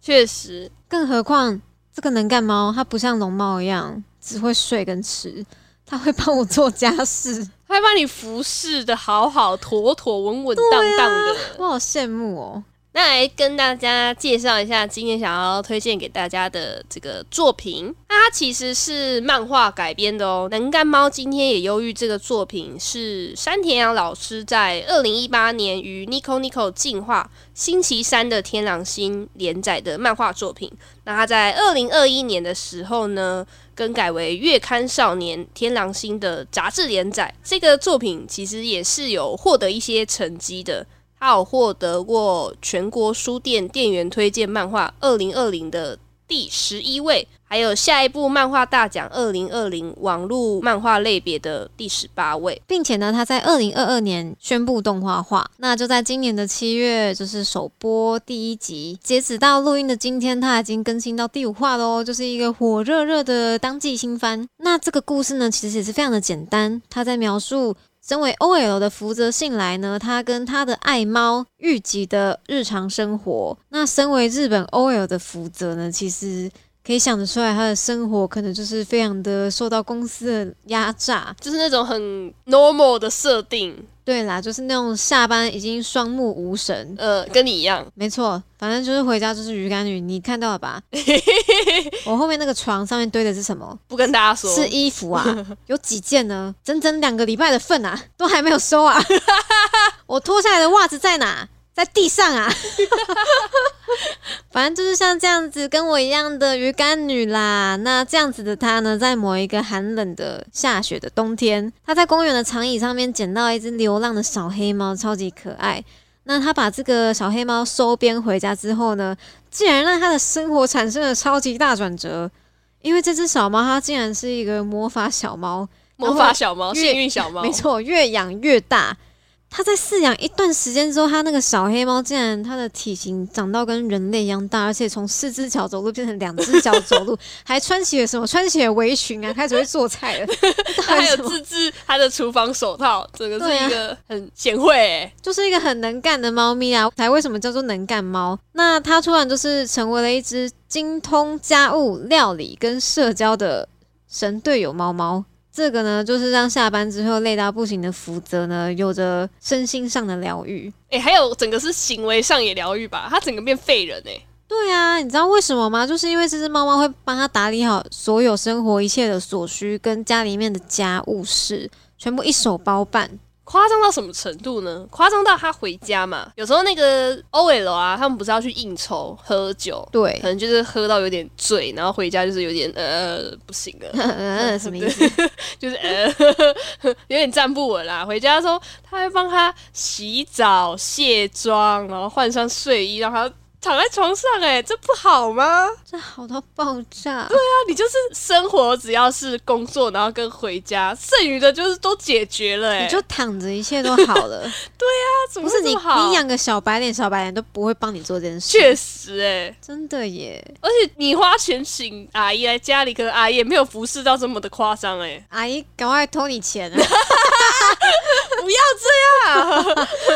Speaker 2: 确实，
Speaker 1: 更何况这个能干猫，它不像龙猫一样只会睡跟吃，它会帮我做家事，
Speaker 2: 他会把你服侍的好好、妥妥、稳稳当当的。
Speaker 1: 我好羡慕哦。
Speaker 2: 那来跟大家介绍一下今天想要推荐给大家的这个作品。那它其实是漫画改编的哦，《能干猫今天也忧郁》这个作品是山田洋老师在二零一八年于 Nico Nico 进化星期三的天狼星连载的漫画作品。那他在二零二一年的时候呢，更改为月刊少年天狼星的杂志连载。这个作品其实也是有获得一些成绩的，他有获得过全国书店店员推荐漫画二零二零的第十一位，还有下一部漫画大奖二零二零网络漫画类别的第十八位。
Speaker 1: 并且呢，它在二零二二年宣布动画化，那就在今年的七月就是首播第一集。截止到录音的今天，它已经更新到第五话喽，就是一个火热热的当季新番。那这个故事呢，其实也是非常的简单，它在描述。身为 OL 的福泽信来呢，他跟他的爱猫玉吉的日常生活。那身为日本 OL 的福泽呢，其实可以想得出来，他的生活可能就是非常的受到公司的压榨，
Speaker 2: 就是那种很 normal 的设定，
Speaker 1: 对啦，就是那种下班已经双目无神。
Speaker 2: 呃，跟你一样，
Speaker 1: 没错，反正就是回家就是鱼干女，你看到了吧？ 我后面那个床上面堆的是什么？
Speaker 2: 不跟大家说，
Speaker 1: 是衣服啊，有几件呢？整整两个礼拜的份啊，都还没有收啊！我脱下来的袜子在哪？在地上啊！反正就是像这样子跟我一样的鱼干女啦。那这样子的她呢，在某一个寒冷的下雪的冬天，她在公园的长椅上面捡到一只流浪的小黑猫，超级可爱。那她把这个小黑猫收编回家之后呢，竟然让她的生活产生了超级大转折。因为这只小猫，它竟然是一个魔法小猫，
Speaker 2: 魔法小猫、
Speaker 1: 越
Speaker 2: 幸运小猫，
Speaker 1: 没错，越养越大。它在饲养一段时间之后，它那个小黑猫竟然它的体型长到跟人类一样大，而且从四只脚走路变成两只脚走路，还穿起了什么？穿起了围裙啊，开始会做菜 了。 到底
Speaker 2: 他还有
Speaker 1: 什么
Speaker 2: 自制他的厨房手套，整个是
Speaker 1: 对啊
Speaker 2: 一个很贤惠、欸。
Speaker 1: 就是一个很能干的猫咪啊，才为什么叫做能干猫？那它突然就是成为了一只精通家务、料理跟社交的神队友猫猫。这个呢，就是让下班之后累到不行的福泽呢，有着身心上的疗愈。
Speaker 2: 哎、还有整个是行为上也疗愈吧，他整个变废人哎、
Speaker 1: 对啊，你知道为什么吗？就是因为这只猫猫会帮它打理好所有生活一切的所需，跟家里面的家务事，全部一手包办。
Speaker 2: 夸张到什么程度呢？夸张到他回家嘛，有时候那个 OL 啊，他们不是要去应酬喝酒，
Speaker 1: 对
Speaker 2: 可，能就是喝到有点醉，然后回家就是有点呃不行了，
Speaker 1: 呃，什么意思？
Speaker 2: 就是呃 有点站不稳啦。回家的时候，他会帮他洗澡、卸妆，然后换上睡衣，让他躺在床上、哎，这不好吗？啊
Speaker 1: 这好到爆炸。对啊，
Speaker 2: 那你就是生活只要是工作，然后跟回家，剩余的就是都解决了、哎，
Speaker 1: 你就躺着，一切都好了。
Speaker 2: 那怎么
Speaker 1: 不
Speaker 2: 会
Speaker 1: 是你，
Speaker 2: 这么好
Speaker 1: 你养个小白脸，小白脸都不会帮你做这件事。
Speaker 2: 确实、哎，
Speaker 1: 真的耶，
Speaker 2: 而且你花钱请阿姨来家里，可能阿姨也没有服侍到这么的夸张、哎，
Speaker 1: 阿姨，赶快偷你钱啊！
Speaker 2: 不要这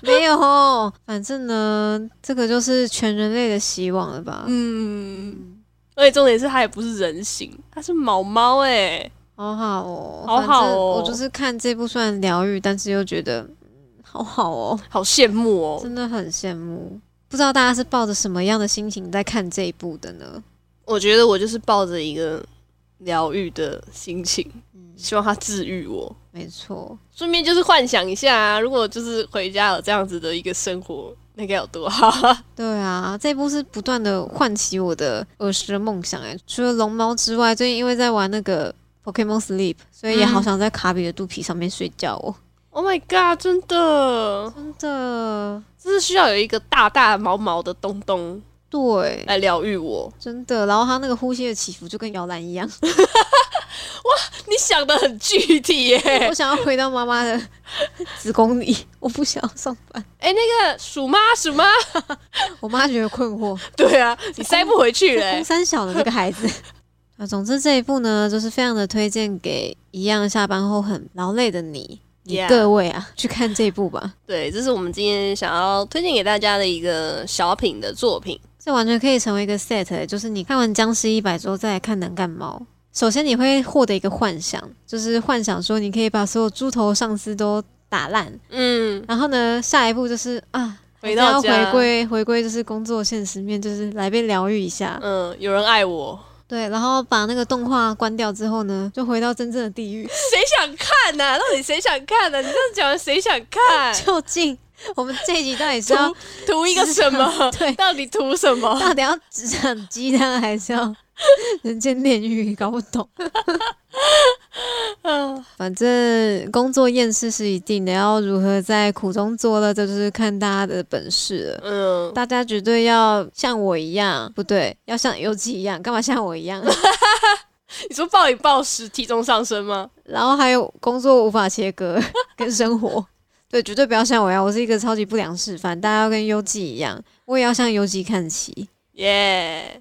Speaker 1: 没有哦，反正呢，这个就是全人类的希望了吧？
Speaker 2: 样，嗯。而且重点是它也不是人形，它是毛毛哎、
Speaker 1: 好好哦，
Speaker 2: 好好
Speaker 1: 反正
Speaker 2: 哦
Speaker 1: 我就是看这部虽然疗愈，但是又觉得嗯好好哦，
Speaker 2: 好羡慕哦！
Speaker 1: 真的很羡慕。不知道大家是抱着什么样的心情在看这一部的呢？
Speaker 2: 我觉得我就是抱着一个疗愈的心情，希望它治愈我。
Speaker 1: 没错，
Speaker 2: 顺便就是幻想一下、啊，如果就是回家有这样子的一个生活，那该有多 好！
Speaker 1: 对啊，这部是不断的唤起我的儿时的梦想哎。除了龙猫之外，最近因为在玩那个 Pokemon Sleep，所以也
Speaker 2: 嗯
Speaker 1: 好想在卡比的肚皮上面睡觉哦。
Speaker 2: Oh my god！真的，
Speaker 1: 真的，
Speaker 2: 这是需要有一个大大毛毛的东东
Speaker 1: 对，
Speaker 2: 来疗愈我。
Speaker 1: 真的。然后它那个呼吸的起伏就跟摇篮一 样。
Speaker 2: 你想的很具体耶！
Speaker 1: 我想要回到妈妈的子宫里，我不想要上班。
Speaker 2: 哎、那个鼠妈，鼠妈，
Speaker 1: 我妈觉得困惑，
Speaker 2: 对啊，你塞不回去嘞、
Speaker 1: 红 三小的这个孩子。 啊，总之这一部呢，就是非常的推荐给一样下班后很劳累的你。你
Speaker 2: Yeah
Speaker 1: 各位啊，去看这一部吧，
Speaker 2: 对，这是我们今天想要推荐给大家的一个小品的作品。
Speaker 1: 这完全可以成为一个 set，、欸、就是你看完《僵尸一百》之后再来看《能干猫》，首先你会获得一个幻想，就是幻想说你可以把所有猪头上司都打烂，
Speaker 2: 嗯，
Speaker 1: 然后呢，下一步就是啊，
Speaker 2: 回到
Speaker 1: 还是要
Speaker 2: 家
Speaker 1: 回归回归就是工作现实面，就是来被疗愈一下。
Speaker 2: 嗯，有人爱我，
Speaker 1: 对，然后把那个动画关掉之后呢，就回到真正的地狱。
Speaker 2: 谁想看啊呐、到底谁想看啊呐、你这样讲，谁想 看？
Speaker 1: 究竟我们这一集到底是要
Speaker 2: 图图一个什么？
Speaker 1: 对
Speaker 2: 到底图什 么？
Speaker 1: 到底要职场鸡汤，还是要人间炼狱？搞不懂。
Speaker 2: 嗯，
Speaker 1: 反正工作厌世是一定的，要如何在苦中作乐，这就是看大家的本事了。
Speaker 2: 嗯，
Speaker 1: 大家绝对要像我一样，不对，要像尤其一样，干嘛像我一样？
Speaker 2: 你说暴饮暴食，体重上升吗？
Speaker 1: 然后还有工作无法切割 跟生活，对，绝对不要像我一样，我是一个超级不良示范。大家要跟优吉一样，我也要向优吉看齐。
Speaker 2: 耶、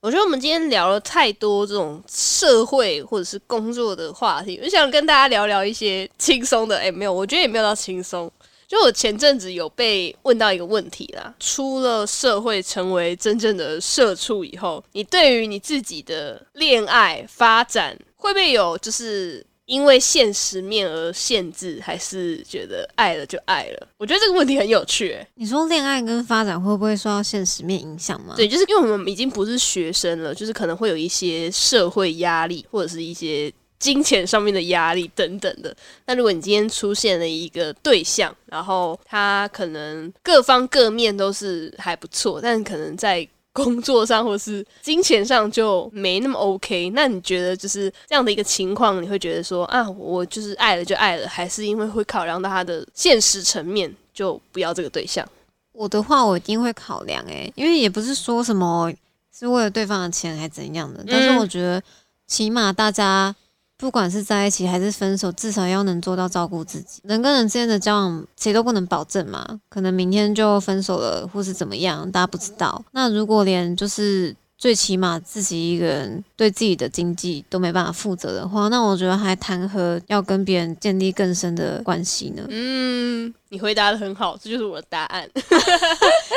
Speaker 2: 我觉得我们今天聊了太多这种社会或者是工作的话题，我想跟大家聊聊一些轻松的。哎、没有，我觉得也没有到轻松。就我前阵子有被问到一个问题啦，出了社会成为真正的社畜以后，你对于你自己的恋爱发展会不会有就是因为现实面而限制，还是觉得爱了就爱了？我觉得这个问题很有趣、欸。
Speaker 1: 你说恋爱跟发展会不会受到现实面影响吗？
Speaker 2: 对，就是因为我们已经不是学生了，就是可能会有一些社会压力，或者是一些金钱上面的压力等等的。那如果你今天出现了一个对象，然后他可能各方各面都是还不错，但可能在工作上或是金钱上就没那么 OK，那你觉得就是这样的一个情况，你会觉得说啊，我就是爱了就爱了，还是因为会考量到他的现实层面，就不要这个对象？
Speaker 1: 我的话，我一定会考量诶、因为也不是说什么是为了对方的钱还怎样的，但是我觉得起码大家不管是在一起还是分手，至少要能做到照顾自己。人跟人之间的交往，谁都不能保证嘛，可能明天就分手了，或是怎么样，大家不知道。那如果连就是最起码自己一个人对自己的经济都没办法负责的话，那我觉得还谈何要跟别人建立更深的关系呢？
Speaker 2: 嗯，你回答的很好，这就是我的答案。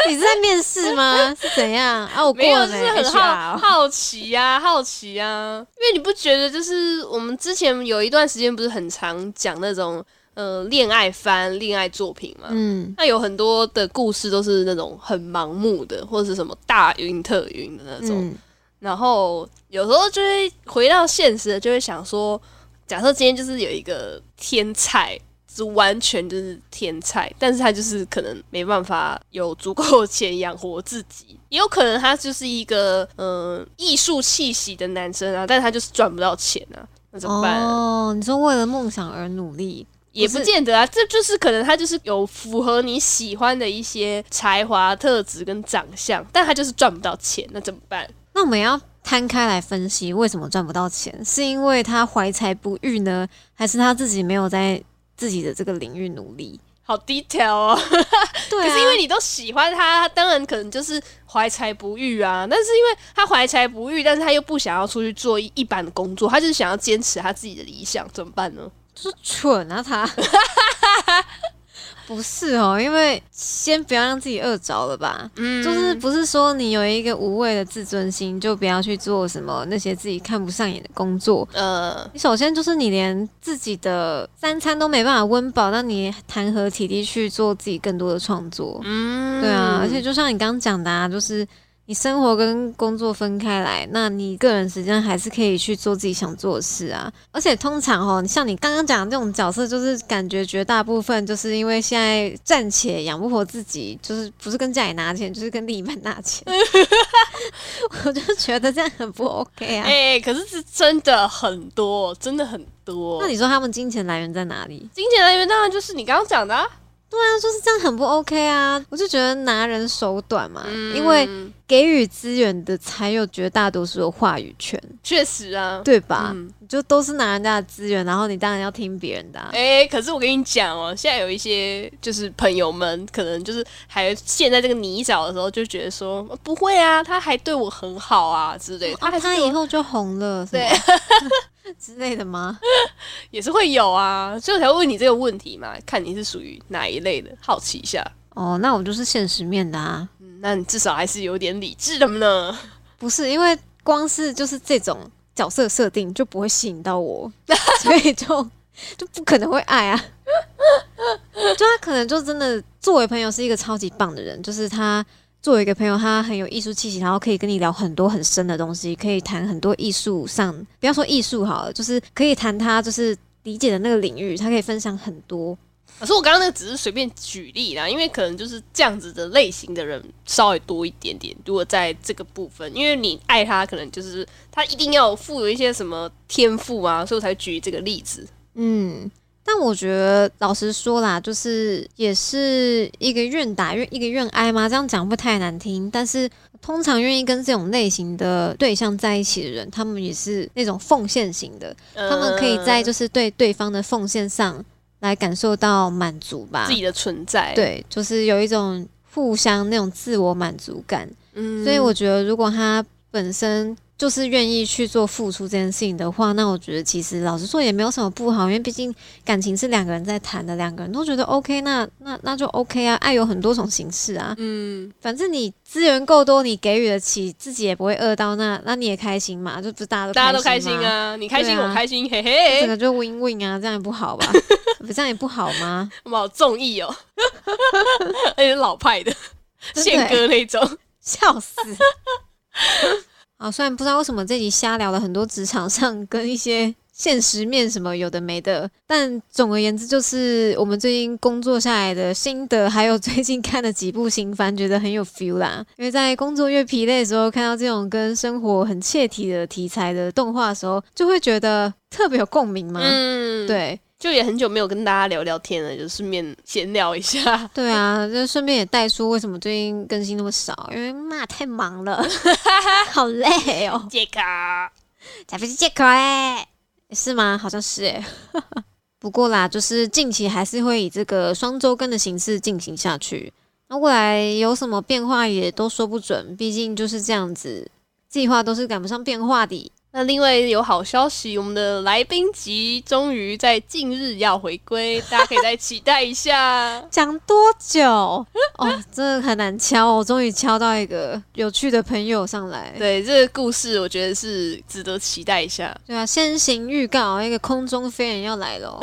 Speaker 1: 你是在面试吗？是怎样啊？我过
Speaker 2: 没有，
Speaker 1: 了
Speaker 2: 哎就是
Speaker 1: 没？
Speaker 2: 很
Speaker 1: HR
Speaker 2: 好
Speaker 1: 哦
Speaker 2: 好奇呀、 好奇啊呀、因为你不觉得就是我们之前有一段时间不是很常讲那种呃恋爱番、恋爱作品嘛？
Speaker 1: 嗯，
Speaker 2: 那有很多的故事都是那种很盲目的，或者是什么大云特云的那种。
Speaker 1: 嗯，
Speaker 2: 然后有时候就会回到现实，就会想说，假设今天就是有一个天才，是完全就是天才，但是他就是可能没办法有足够的钱养活自己，也有可能他就是一个嗯、呃艺术气息的
Speaker 1: 哦
Speaker 2: 男生啊，但是他就是赚不到钱啊，那怎么办？
Speaker 1: 哦，你说为了梦想而努力，
Speaker 2: 也
Speaker 1: 不
Speaker 2: 不
Speaker 1: 是
Speaker 2: 见得啊，这就是可能他就是有符合你喜欢的一些才华、特质跟长相，但他就是赚不到钱，那怎么办？
Speaker 1: 那我们要摊开来分析，为什么赚不到钱？是因为他怀才不遇呢，还是他自己没有在自己的这个领域努力？
Speaker 2: 好 detail 哦，
Speaker 1: 对、啊，
Speaker 2: 可是因为你都喜欢他，他当然可能就是怀才不遇啊。但是因为他怀才不遇，但是他又不想要出去做一一般的工作，他就是想要坚持他自己的理想，怎么办呢？
Speaker 1: 就是蠢啊他。 不是哦，因为先不要让自己饿着了吧。
Speaker 2: 嗯
Speaker 1: 就是不是说你有一个无谓的自尊心，就不要去做什么那些自己看不上眼的工作。
Speaker 2: 呃，
Speaker 1: 你首先就是你连自己的三餐都没办法温饱，那你谈何体力去做自己更多的创作？
Speaker 2: 嗯
Speaker 1: 对啊，而且就像你刚刚讲的、啊，就是你生活跟工作分开来，那你个人时间还是可以去做自己想做的事啊。而且通常哦，像你刚刚讲的这种角色，就是感觉绝大部分就是因为现在暂且养不活自己，就是不是跟家里拿钱，就是跟另一半拿 钱。我就觉得这样很不 OK 啊。
Speaker 2: 哎、可是是真的很多，真的很多。
Speaker 1: 那你说他们金钱来源在哪里？
Speaker 2: 金钱来源当然就是你刚刚讲的、啊，
Speaker 1: 那就是这样很不 OK 啊！我就觉得拿人手短嘛，
Speaker 2: 嗯
Speaker 1: 因为给予资源的才有绝大多数的话语权。
Speaker 2: 确实啊，
Speaker 1: 对吧？
Speaker 2: 嗯
Speaker 1: 你就都是拿人家的资源，然后你当然要听别人的、啊。
Speaker 2: 哎、可是我跟你讲哦，现在有一些就是朋友们，可能就是还陷在这个泥沼的时候，就觉得说呃不会啊，他还对我很好啊之类的，
Speaker 1: 啊
Speaker 2: 还是
Speaker 1: 他
Speaker 2: 对我
Speaker 1: 以后就红了，是吗 之类的吗？
Speaker 2: 也是会有啊，所以我才会问你这个问题嘛，看你是属于哪一类的，好奇一下。
Speaker 1: 哦，那我就是现实面的啊，
Speaker 2: 嗯那你至少还是有点理智的呢。
Speaker 1: 不是因为光是就是这种角色设定就不会吸引到我，所以就就不可能会爱啊。就他可能就真的作为朋友是一个超级棒的人，就是他作为一个朋友，他很有艺术气息，然后可以跟你聊很多很深的东西，可以谈很多艺术上，不要说艺术好了，就是可以谈他就是理解的那个领域，他可以分享很多。
Speaker 2: 可是我刚刚那个只是随便举例啦，因为可能就是这样子的类型的人稍微多一点点。如果在这个部分，因为你爱他，可能就是他一定要富有一些什么天赋啊，所以我才举这个例子。
Speaker 1: 嗯，但我觉得老实说啦，就是也是一个愿打愿一个愿挨嘛，这样讲会不会太难听。但是通常愿意跟这种类型的对象在一起的人，他们也是那种奉献型的，嗯他们可以在
Speaker 2: 呃
Speaker 1: 就是对对方的奉献上来感受到满足吧
Speaker 2: 自。己的存在，，
Speaker 1: 对，就是有一种互相那种自我满足感。
Speaker 2: 嗯
Speaker 1: 所以我觉得，如果他本身就是愿意去做付出这件事情的话，那我觉得其实老实说也没有什么不好，因为毕竟感情是两个人在谈的，两个人都觉得 OK，那那那就 OK 啊。爱有很多种形式啊，
Speaker 2: 嗯，
Speaker 1: 反正你资源够多，你给予得起，自己也不会饿到，那那你也开心嘛，就不是大家都
Speaker 2: 大家都开心
Speaker 1: 心吗，
Speaker 2: 啊，你开心，
Speaker 1: 对啊
Speaker 2: 我开心，
Speaker 1: 整
Speaker 2: 嘿嘿，
Speaker 1: 个就 win win 啊，这样也不好 吧？不这样也不好吗？
Speaker 2: 我们好综艺哦， 而且是老派的欸
Speaker 1: 真的
Speaker 2: 宪歌那种，
Speaker 1: 笑死！ 啊，虽然不知道为什么这集瞎聊了很多职场上跟一些现实面什么有的没的，但总而言之，就是我们最近工作下来的心得，还有最近看的几部新番，觉得很有 feel 啦。因为在工作越疲累的时候，看到这种跟生活很切题的题材的动画的时候，就会觉得特别有共鸣嘛。
Speaker 2: 嗯，，
Speaker 1: 对
Speaker 2: 就也很久没有跟大家聊聊天了，就顺便闲聊一下。
Speaker 1: 对啊，就顺便也带出为什么最近更新那么少，因为妈太忙了，好累哦。
Speaker 2: 杰卡，
Speaker 1: 才不是借口嘞、是吗？好像是 哎、不过啦，就是近期还是会以这个双周更的形式进行下去。那未来有什么变化也都说不准，毕竟就是这样子，计划都是赶不上变化的。。
Speaker 2: 那另外有好消息，我们的来宾集终于在近日要回 归，大家可以再期待一下
Speaker 1: 讲多久？ 哦，真的很难敲哦，我终于敲到一个有趣的朋友上来。
Speaker 2: 对这个故事，我觉得是值得期待一下。
Speaker 1: 对啊，先行预告，一个空中飞人要来 了，哦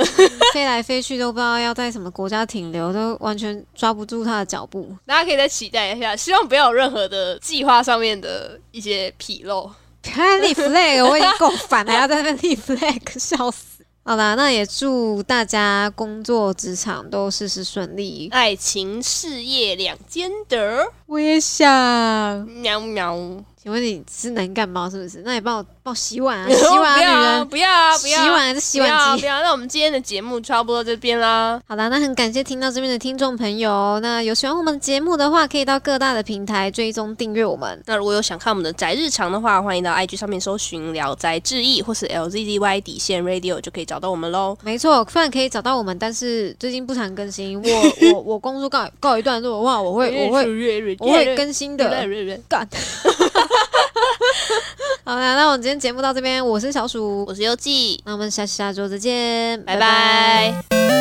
Speaker 1: 飞来飞去都不知道要在什么国家停留，都完全抓不住他的脚步。
Speaker 2: 大家可以再期待一下，希望不要有任何的计划上面的一些纰漏。
Speaker 1: 不要再立 flag，我已经够烦了，还要在那边立 flag，笑死。好啦，那也祝大家工作职场都事事顺利。
Speaker 2: 爱情事业两兼得，
Speaker 1: 我也想，
Speaker 2: 喵喵。
Speaker 1: 请问你是能干嘛是不是？那你帮我帮我洗 碗啊，洗碗
Speaker 2: 不要
Speaker 1: 啊，女
Speaker 2: 啊
Speaker 1: 人，
Speaker 2: 不要啊，不要啊，
Speaker 1: 洗碗还是洗
Speaker 2: 不要啊
Speaker 1: 碗
Speaker 2: 不
Speaker 1: 机。
Speaker 2: 要啊。那我们今天的节目差不多这边啦。
Speaker 1: 好啦，那很感谢听到这边的听众朋友。那有喜欢我们的节目的话，可以到各大的平台追踪订阅我们。
Speaker 2: 那如果有想看我们的宅日常的话，欢迎到 IG 上面搜寻“聊宅志异”或是 “LZZY 底线 Radio” 就可以找到我们喽。
Speaker 1: 没错，虽然可以找到我们，但是最近不常更新。我我我工作告告一段落的话，我会 我会
Speaker 2: 会
Speaker 1: 我会更新的。干。 好啦，那我们今天节目到这边，我是小鼠，
Speaker 2: 我是优记，
Speaker 1: 那我们下下周再见，
Speaker 2: 拜拜